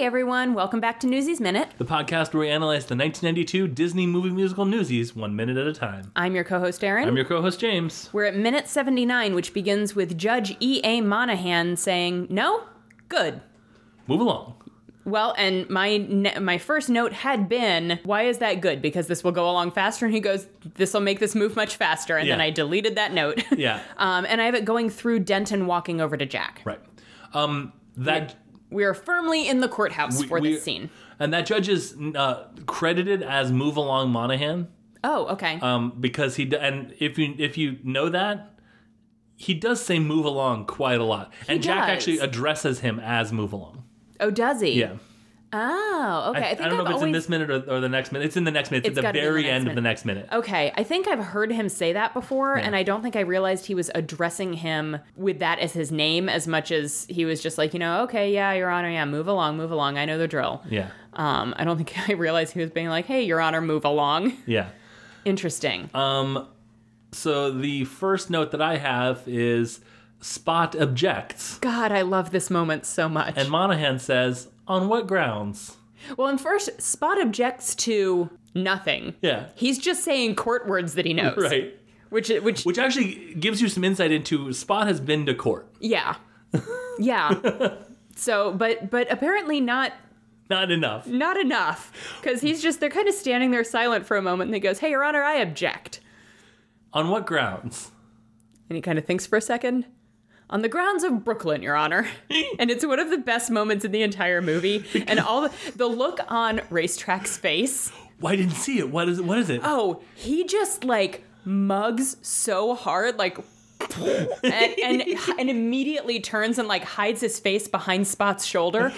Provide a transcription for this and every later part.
everyone, welcome back to Newsies Minute. The podcast where we analyze the 1992 Disney movie musical Newsies one minute at a time. I'm your co host, Aaron. I'm your co host, James. We're at minute 79, which begins with Judge E.A. Monahan saying, No? Good. Move along. Well, and my ne- my first note had been, why is that good? Because this will go along faster. And he goes, this will make this move much faster. And then Yeah. I deleted that note. Yeah. um, and I have it going through Denton walking over to Jack. Right. Um, that. We are firmly in the courthouse we- for we- this scene. And that judge is uh, credited as Move Along Monahan Oh, okay. um, because he d- and if you if you know that he does say Move Along quite a lot. and Jack does. actually addresses him as Move Along. oh, does he? Yeah. Oh, okay. I, think I don't have know if it's always... in this minute or, or the next minute. It's in the next minute. It's, It's at gotta the be in the very next end of the minute. next minute. Okay, I think I've heard him say that before, and I don't think I realized he was addressing him with that as his name as much as he was just like, you know, okay, yeah, Your Honor, yeah, move along, move along. I know the drill. Yeah. Um, I don't think I realized he was being like, hey, Your Honor, move along. Yeah. Interesting. Uh, So the first note that I have is Spot objects. God, I love this moment so much. And Monahan says, On what grounds? well, and first, Spot objects to nothing. Yeah. He's just saying court words that he knows. Right. Which, which, Which actually gives you some insight into Spot has been to court. yeah. yeah. So, but, but apparently not Not enough. not enough because he's just they're kind of standing there silent for a moment and he goes hey your honor i object On what grounds? and he kind of thinks for a second on the grounds of brooklyn your honor and it's one of the best moments in the entire movie and all the, the look on racetrack's face Well, I didn't see it. What is it? What is it? oh he just like mugs so hard like and, and and immediately turns and like hides his face behind spot's shoulder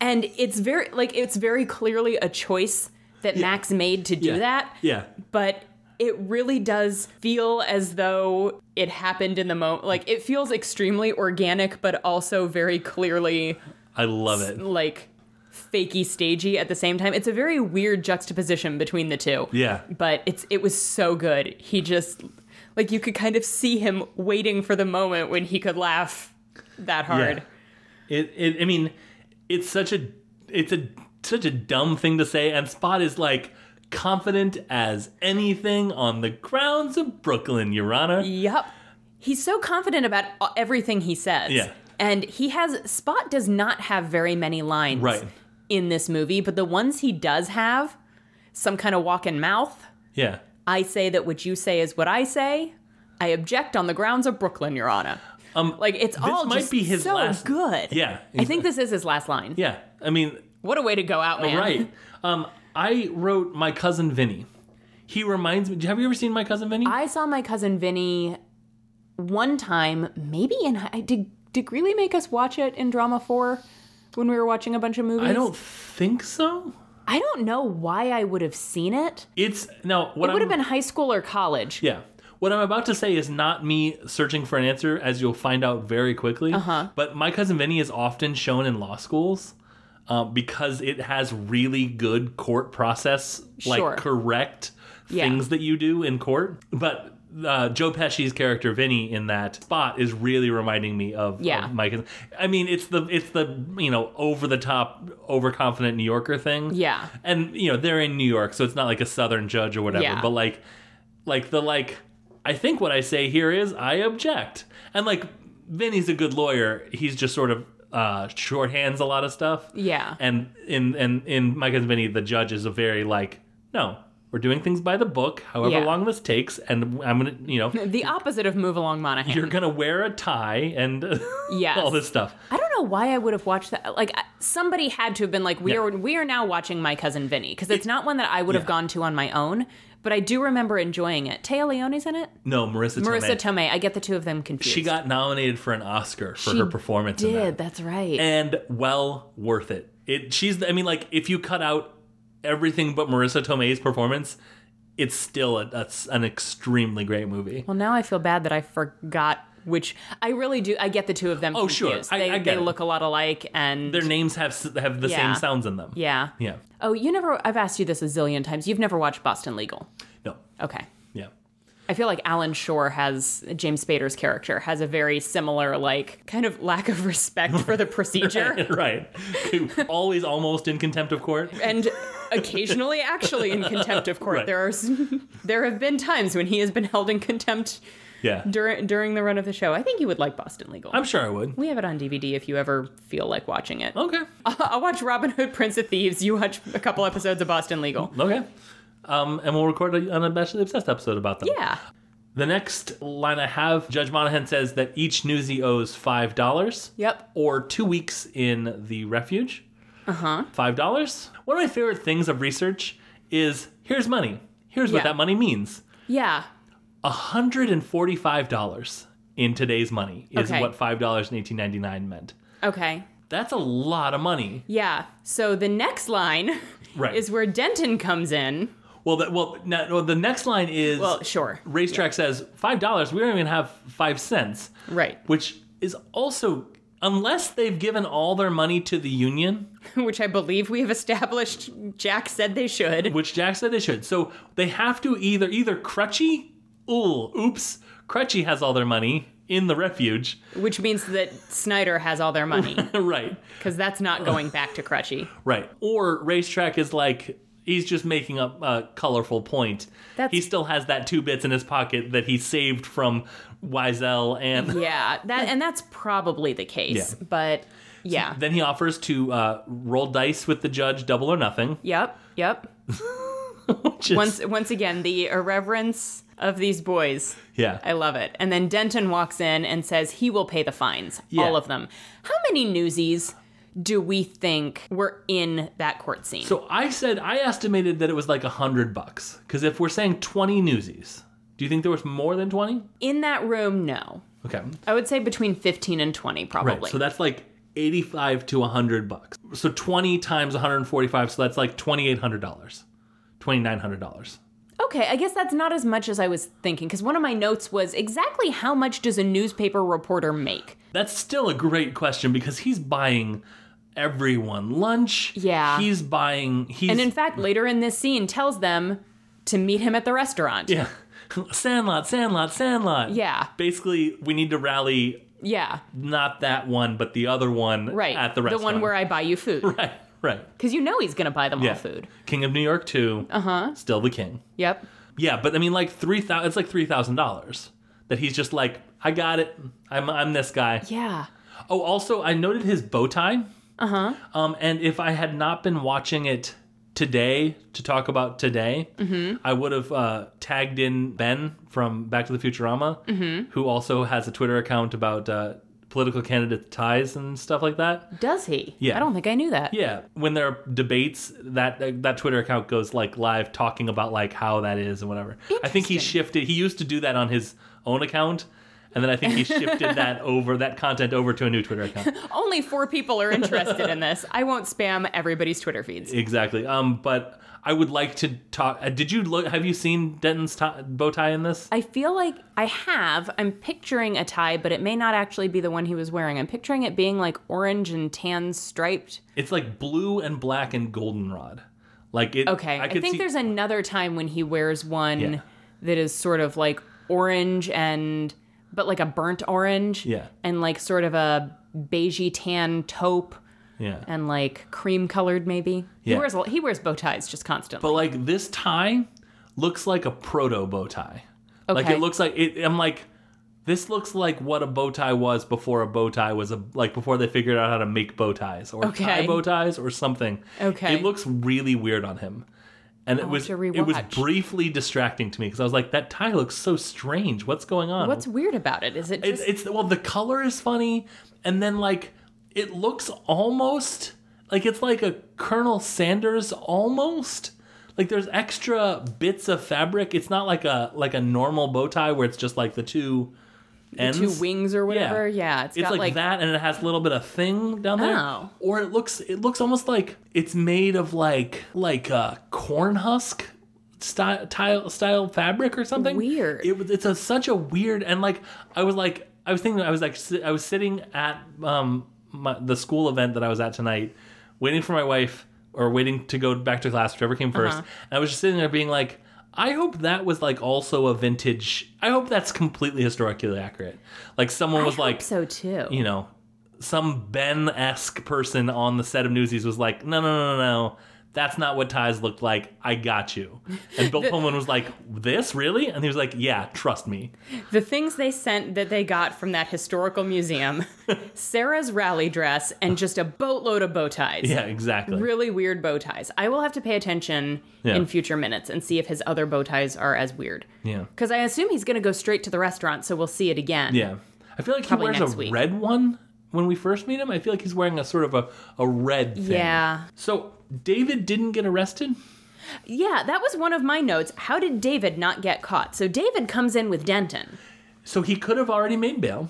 and it's very like it's very clearly a choice that max made to do Yeah. that Yeah. but it really does feel as though it happened in the moment. Like it feels extremely organic, but also very clearly I love it. like fakey stagey at the same time. It's a very weird juxtaposition between the two. Yeah. But it's it was so good. He just like you could kind of see him waiting for the moment when he could laugh that hard. It, it I mean, it's such a it's a such a dumb thing to say and Spot is like confident as anything on the grounds of Brooklyn, Your Honor. Yup. He's so confident about a- everything he says. Yeah. And he has Spot does not have very many lines Right. in this movie, but the ones he does have, some kind of walk in mouth. Yeah. I say that what you say is what I say. I object on the grounds of Brooklyn, Your Honor. Um, Like it's all might just be his so last- good. Yeah. I think this is his last line. Yeah. I mean, What a way to go out, man. Right. Um, I wrote my cousin Vinny. He reminds me. Have you ever seen my cousin Vinny? I saw my cousin Vinny one time, maybe in I did did Greeley make us watch it in drama four when we were watching a bunch of movies? I don't think so. I don't know why I would have seen it. It's no. What It would I'm, have been high school or college. Yeah. What I'm about to say is not me searching for an answer, as you'll find out very quickly. Uh-huh. But my cousin Vinny is often shown in law schools. uh, because it has really good court process, like Sure. correct Yeah. things that you do in court. But uh, Joe Pesci's character Vinny in that spot is really reminding me of, Yeah. of Mike. I mean, it's the it's the you know over the top, overconfident New Yorker thing. Yeah. and you know they're in New York, so it's not like a Southern judge or whatever. Yeah. But like, like the like, I think what I say here is I object, and like Vinny's a good lawyer. He's just sort of uh shorthands a lot of stuff Yeah. and in and in Mike and Vinny, the judge is a very like, no, we're doing things by the book, however Yeah. long this takes, and I'm gonna, you know, The opposite of Move Along Monahan. you're gonna wear a tie and Yes. all this stuff. I don't know why I would have watched that. Like I- somebody had to have been like, "We Yeah. are we are now watching My Cousin Vinny" because it's not one that I would have Yeah. gone to on my own. But I do remember enjoying it. Taya Leone's in it. No, Marissa, Marissa Tomei, Tomei. I get the two of them confused. she got nominated for an Oscar for She her performance. in that. did. That's right. and well worth it. It she's I mean like if you cut out everything but Marissa Tomei's performance, it's still a, that's an extremely great movie. well, now I feel bad that I forgot which. I really do. I get the two of them. Oh, sure. confused. I- They, I get they it. look a lot alike, and Their names have s- have the Yeah. same sounds in them. yeah. Yeah. Oh, you never. I've asked you this a zillion times. You've never watched Boston Legal. No. Okay. Yeah. I feel like Alan Shore has James Spader's character has a very similar like kind of lack of respect for the procedure right. Always almost in contempt of court. and occasionally actually in contempt of court. Right. There are s- there have been times when he has been held in contempt Yeah. during during the run of the show. I think you would like Boston Legal. I'm sure I would. we have it on DVD if you ever feel like watching it. Okay. I'll watch Robin Hood, Prince of Thieves. You watch a couple episodes of Boston Legal. Okay. Um, and we'll record a- an Unabashedly Obsessed episode about them. Yeah. The next line I have Judge Monahan says that each newsie owes $5 Yep. or two weeks in the refuge. Uh huh. $5. One of my favorite things of research is here's money. Here's what Yeah. that money means Yeah. $145 in today's money is Okay. what $5 in 1899 meant. Okay. That's a lot of money. Yeah. So the next line Right. is where Denton comes in. well, that, well, now, well, the next line is Well, sure. Racetrack says $5. We don't even have 5 cents. Right. which is also unless they've given all their money to the union, Which I believe we have established Jack said they should. which Jack said they should. So they have to either either Crutchy, ooh, oops, Crutchy has all their money in the refuge, Which means that Snyder has all their money. right, Because that's not going back to Crutchy. right, or racetrack is like. He's just making up a colorful point. That's- he still has that two bits in his pocket that he saved from Wiesel, and Yeah. That and that's probably the case. Yeah. But yeah. then he offers to uh, roll dice with the judge, double or nothing. Yep. Yep. Which is, Once once again, the irreverence of these boys. yeah, I love it. And then Denton walks in and says he will pay the fines, Yeah. all of them. How many newsies do we think were in that court scene? So I said I estimated that it was like a hundred bucks. Because if we're saying twenty newsies, do you think there was more than twenty? in that room, no. Okay, I would say between 15 and 20, right. probably. So that's like eighty-five to hundred bucks. So twenty times one hundred forty-five. So that's like twenty-eight hundred dollars, twenty-nine hundred dollars. okay, I guess that's not as much as I was thinking, because one of my notes was exactly how much does a newspaper reporter make? That's still a great question because he's buying everyone lunch. Yeah. he's buying. He's And in fact, later in this scene, tells them to meet him at the restaurant. yeah. Sandlot, Sandlot, Sandlot. Yeah. Basically, we need to rally Yeah, not that one, but the other one right. at the restaurant. The one where I buy you food. Right, right. Because you know he's going to buy them Yeah. all food. King of New York too. Uh Uh-huh. huh. Still the king. Yep. Yeah, but I mean, like three thousand. It's like three thousand dollars that he's just like, I got it. I'm I'm this guy. Yeah. Oh, also, I noted his bow tie. Uh huh. Um, and if I had not been watching it today to talk about today, I would have uh, tagged in Ben from Back to the Futurama, who also has a Twitter account about uh, political candidate ties and stuff like that. Does he? Yeah. I don't think I knew that. Yeah, when there are debates, that that Twitter account goes like live talking about like how that is and whatever. I think he Interesting. shifted. He used to do that on his own account, and then I think he shifted that over that content over to a new Twitter account. Only four people are interested in this. I won't spam everybody's Twitter feeds. exactly. Um, but I would like to talk. Uh, did you look? Have you seen Denton's tie, bow tie in this? I feel like I have. I'm picturing a tie, but it may not actually be the one he was wearing. I'm picturing it being like orange and tan striped. It's like blue and black and goldenrod. Like it. Okay. I, could think see- there's another time when he wears one Yeah. that is sort of like orange and but like a burnt orange. Yeah. And like sort of a beigey tan taupe Yeah. and like cream colored maybe. He Yeah. wears a- he wears bow ties just constantly. But like this tie looks like a proto bow tie. Like Okay. it looks like it. I'm like, this looks like what a bow tie was before a bow tie was a like before they figured out how to make bow ties or Okay. tie bow ties or something. Okay. It looks really weird on him, and it was to it was rewatch. briefly distracting to me because I was like, that tie looks so strange. What's going on? What's weird about it? Is it it's, just it's well the color is funny and then like it looks almost like it's like a colonel sanders almost like there's extra bits of fabric it's not like a like a normal bow tie where it's just like the two ends two wings or whatever? Yeah, it's it's got like, like, that and it has a little bit of thing down there Oh. or it looks it looks almost like it's made of like like a corn husk style style, style fabric or something Weird. it was it's a, such a weird and like i was like i was thinking i was like si- i was sitting at um my, the school event that i was at tonight waiting for my wife or waiting to go back to class whichever came 1st and i was just sitting there being like I hope that was like also a vintage. I hope that's completely historically accurate. Like someone was like, so too. you know, some Ben esque person on the set of Newsies was like, no, no, no, no, no. That's not what ties looked like. I got you. And Bill Pullman was like, this really? And he was like, yeah, trust me. The things they sent that they got from that historical museum Sarah's rally dress and just a boatload of bow ties. Yeah, exactly. Really weird bow ties. I will have to pay attention Yeah. in future minutes and see if his other bow ties are as weird. Yeah. Because I assume he's going to go straight to the restaurant, so we'll see it again. Yeah. I feel like he Probably wears a next week. red one when we first meet him. I feel like he's wearing a sort of a, a red thing. Yeah. So David didn't get arrested? Yeah, that was one of my notes. How did David not get caught? So David comes in with Denton. So he could have already made bail,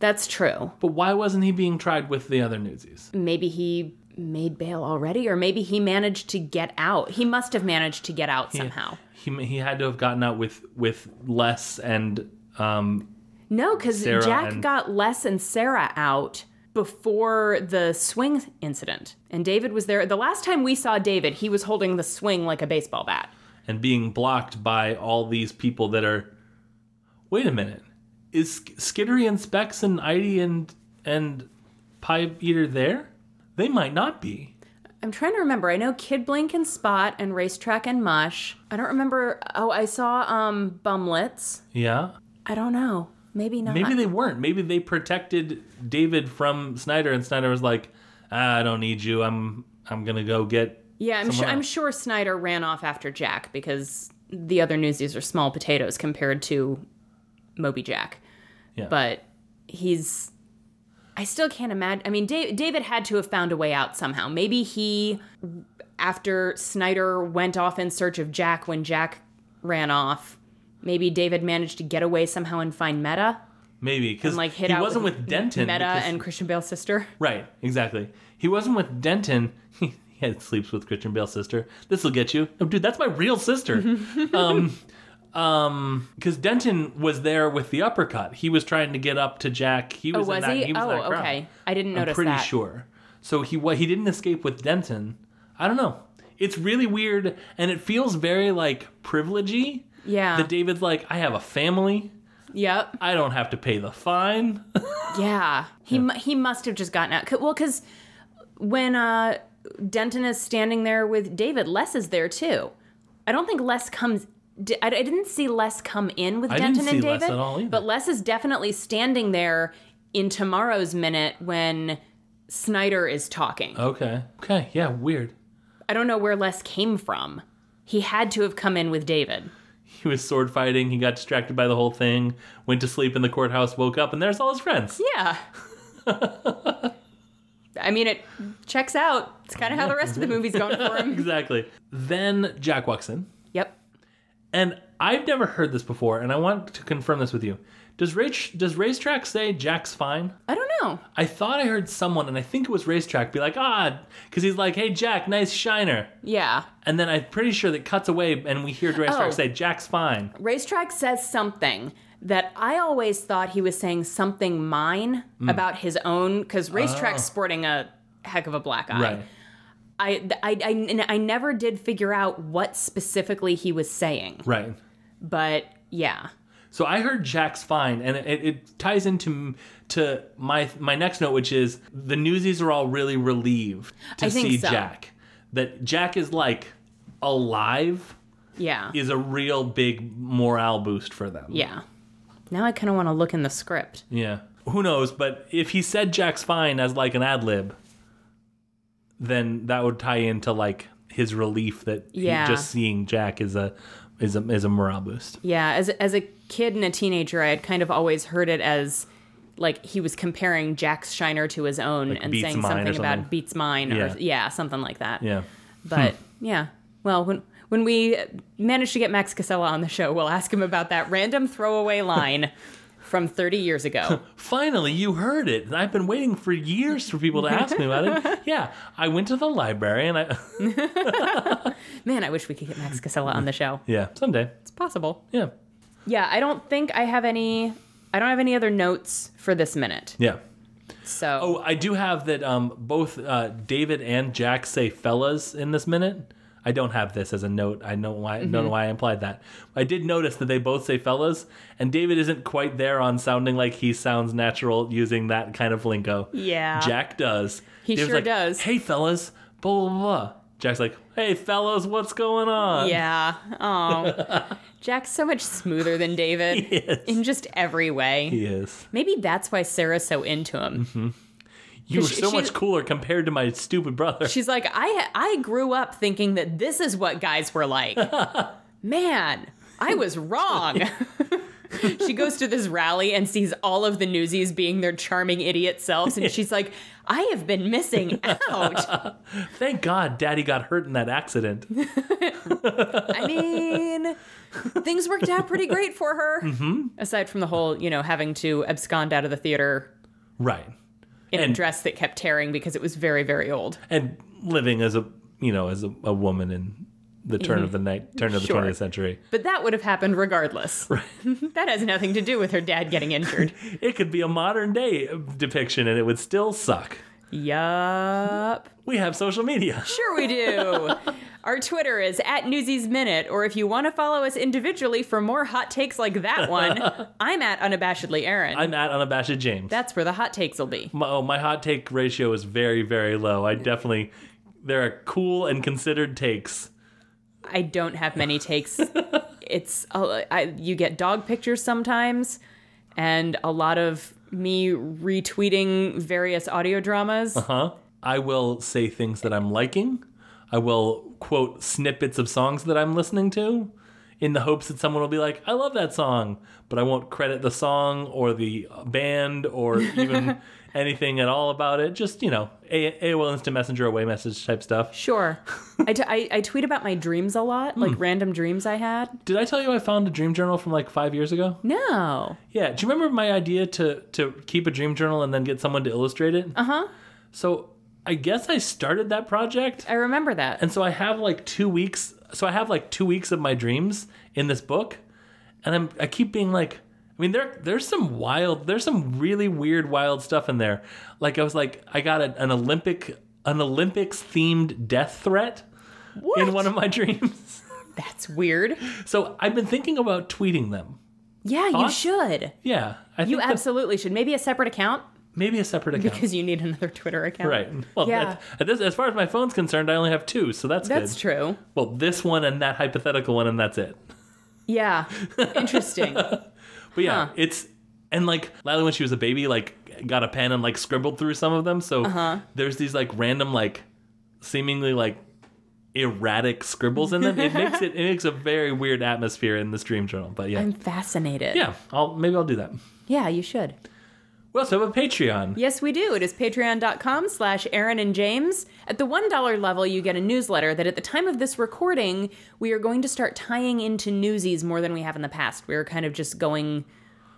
That's true. but why wasn't he being tried with the other newsies? Maybe he made bail already, or maybe he managed to get out. He must have managed to get out somehow. He, he had to have gotten out with with Les and um No, because Sarah Jack and- got Les and Sarah out before the swing incident. And David was there. The last time we saw David, he was holding the swing like a baseball bat. and being blocked by all these people that are Wait a minute. Is Sk- Skittery and Specs and Idy and and Pie Eater there? They might not be. I'm trying to remember. I know Kid Blink and Spot and Racetrack and Mush. I don't remember. Oh, I saw um Bumlets. Yeah. I don't know. Maybe not. Maybe they weren't. Maybe they protected David from Snyder, and Snyder was like, ah, "I don't need you. I'm I'm gonna go get." yeah, I'm sure. someone I'm else. sure Snyder ran off after Jack because the other newsies are small potatoes compared to Moby Jack. Yeah. But he's. I still can't imagine. I mean, Da- David had to have found a way out somehow. Maybe he, after Snyder went off in search of Jack when Jack ran off, maybe David managed to get away somehow and find Meta, Maybe because And, like, hit he out wasn't with with, Denton. Meta because- and Christian Bale's sister. right, exactly. He wasn't with Denton. he had sleeps with Christian Bale's sister. This will get you, oh, dude. That's my real sister. um, um, because Denton was there with the uppercut. He was trying to get up to Jack. He Oh, was, was in that, he? he was in oh, that crowd. okay. I didn't notice I'm pretty that. sure. So he wa- he didn't escape with Denton. I don't know. It's really weird, and it feels very like privilegey. Yeah. That David's like, I have a family. Yep. I don't have to pay the fine. Yeah, he mu he must have just gotten out. 'Cause- Well, because when uh, Denton is standing there with David, Les is there too. I don't think Les comes. di- I I didn't see Les come in with I didn't Denton and see Les David, at all either. but Les is definitely standing there in tomorrow's minute when Snyder is talking. okay. Okay. Yeah. Weird. I don't know where Les came from. He had to have come in with David. He was sword fighting. He got distracted by the whole thing. Went to sleep in the courthouse. Woke up, and there's all his friends. Yeah. I mean, it checks out. It's kind of how the rest of the movie's going for him. Exactly. Then Jack walks in, Yep. and I've never heard this before, and I want to confirm this with you. Does Rach, does racetrack say Jack's fine? I don't know. I thought I heard someone, and I think it was Racetrack, be like, ah, because he's like, hey, Jack, nice shiner. Yeah. And then I'm pretty sure that cuts away, and we hear Racetrack Oh. say, Jack's fine. Racetrack says something that I always thought he was saying something mine Mm. about his own, because Racetrack's sporting a heck of a black eye. Oh. Right. I, th- I, I, and I never did figure out what specifically he was saying, Right. but yeah. So I heard Jack's fine, and it, it ties into to my my next note, which is the newsies are all really relieved to I think see so. Jack. That Jack is like alive Yeah. is a real big morale boost for them. Yeah. Now I kind of want to look in the script. Yeah. Who knows? But if he said Jack's fine as like an ad lib, then that would tie into like his relief that he- Yeah. just seeing Jack is a is a is a morale boost. Yeah, as as a kid and a teenager, I had kind of always heard it as like he was comparing Jack's Shiner to his own and Beats saying Mine or something, something. about beats mine Yeah. or yeah, something like that. Yeah. But Hmm. yeah, well, when when we manage to get Max Casella on the show, we'll ask him about that random throwaway line from 30 years ago. Finally, you heard it. And I've been waiting for years for people to ask me about it. Yeah, I went to the library and I Man, I wish we could get Max Casella on the show. yeah, someday. It's possible. Yeah. Yeah, I don't think I have any. I don't have any other notes for this minute. Yeah. So Oh, I do have that um both uh David and Jack say fellas in this minute. I don't have this as a note. I know why. Mm-hmm. Don't know why I implied that. I did notice that they both say "fellas," and David isn't quite there on sounding like he sounds natural using that kind of lingo. Yeah. Jack does. He David's sure like, does. Hey, fellas, blah blah blah. Jack's like, "Hey, fellas, what's going on?" Yeah. Oh. Jack's so much smoother than David Yes. in just every way. He is. Maybe that's why Sarah's so into him. You were she- so she- much cooler compared to my stupid brother. She's like, I I grew up thinking that this is what guys were like. Man, I was wrong. she goes to this rally and sees all of the newsies being their charming idiot selves, and she's like, I have been missing out. Thank God, Daddy got hurt in that accident. I mean, things worked out pretty great for her. Aside from the whole, you know, having to abscond out of the theater right. in a And- dress that kept tearing because it was very, very old. and living as a you know as a, a woman in the turn of the night turn of the Mm-hmm. Sure. 20th century But that would have happened regardless. that has nothing to do with her dad getting injured. it could be a modern day uh, depiction and it would still suck yup. we have social media Sure, we do. Our Twitter is at Newsies Minute, or if you want to follow us individually for more hot takes like that one, I'm at Unabashedly Aaron. i'm at unabashed james That's where the hot takes will be. my, oh, my hot take ratio is very very low i definitely there are cool and considered takes I don't have many takes. it's uh, I, you get dog pictures sometimes, and a lot of me retweeting various audio dramas. huh i will say things that i'm liking i will quote snippets of songs that i'm listening to in the hopes that someone will be like i love that song but i won't credit the song or the band or even anything at all about it just you know A- aol instant messenger away message type stuff Sure. I, t- I, I tweet about my dreams a lot, like Hmm. random dreams I had. did i tell you i found a dream journal from like five years ago No. Yeah. Do you remember my idea to to keep a dream journal and then get someone to illustrate it? Uh huh. So I guess I started that project, I remember that. and so I have like two weeks. So I have like two weeks of my dreams in this book, and I'm I keep being like, I mean there there's some wild, there's some really weird wild stuff in there. Like I was like, I got a, an Olympic an Olympics themed death threat in one of my dreams. That's weird. So I've been thinking about tweeting them. Yeah, you Thoughts? should. Yeah, I You think that- absolutely should. Maybe a separate account maybe a separate account. because you need another Twitter account. Right. Well, Yeah. at- at this, as far as my phone's concerned, I only have two, so that's, That's good. true. Well, this one and that hypothetical one, and that's it. Yeah. Interesting. But yeah, Huh. it's and like Lila when she was a baby, like got a pen and like scribbled through some of them. So there's these like random, like seemingly like erratic scribbles in them. It makes it it makes a very weird atmosphere in this dream journal. But yeah, I'm fascinated. yeah, I'll maybe I'll do that. Yeah, you should. We also have a Patreon. Yes, we do. It is patreon.com slash Aaron and James. At the $1 level, you get a newsletter that at the time of this recording, we are going to start tying into newsies more than we have in the past. We are kind of just going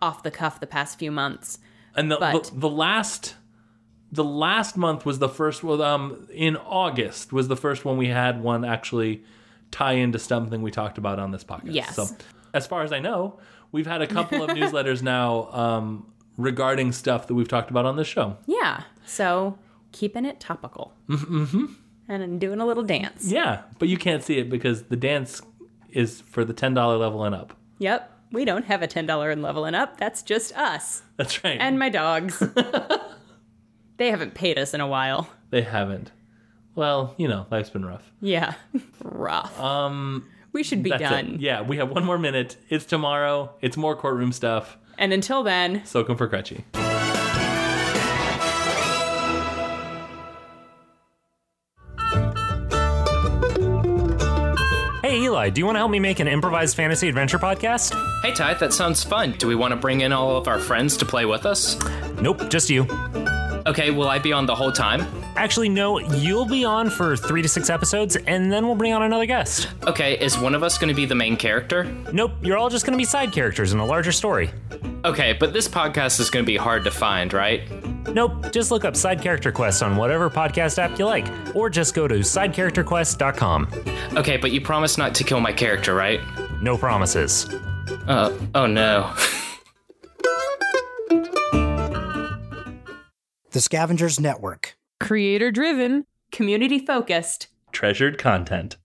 off the cuff the past few months. and the, But- the the last the last month was the first well um in august was the first one we had one actually tie into something we talked about on this podcast Yes. so as far as i know we've had a couple of newsletters now um regarding stuff that we've talked about on this show Yeah. So keeping it topical. Mm-hmm. And I'm doing a little dance. yeah but you can't see it because the dance is for the $10 level and up Yep. We don't have a $10 and level and up. That's just us that's right and my dogs. they haven't paid us in a while. they haven't well you know life's been rough Yeah. Rough. Um we should be that's done. it yeah we have one more minute it's tomorrow it's more courtroom stuff And until then, soaking for crutchy Hey, Eli, do you want to help me make an improvised fantasy adventure podcast? Hey, Ty, that sounds fun. Do we want to bring in all of our friends to play with us? Nope, just you. Okay, will I be on the whole time? Actually, no, you'll be on for three to six episodes, and then we'll bring on another guest. Okay, is one of us going to be the main character? Nope, you're all just going to be side characters in a larger story. Okay, but this podcast is going to be hard to find, right? Nope, just look up Side Character Quest on whatever podcast app you like, or just go to sidecharacterquest.com. Okay, but you promise not to kill my character, right? No promises. Uh, oh no. The Scavengers Network. creator driven community focused. treasured content.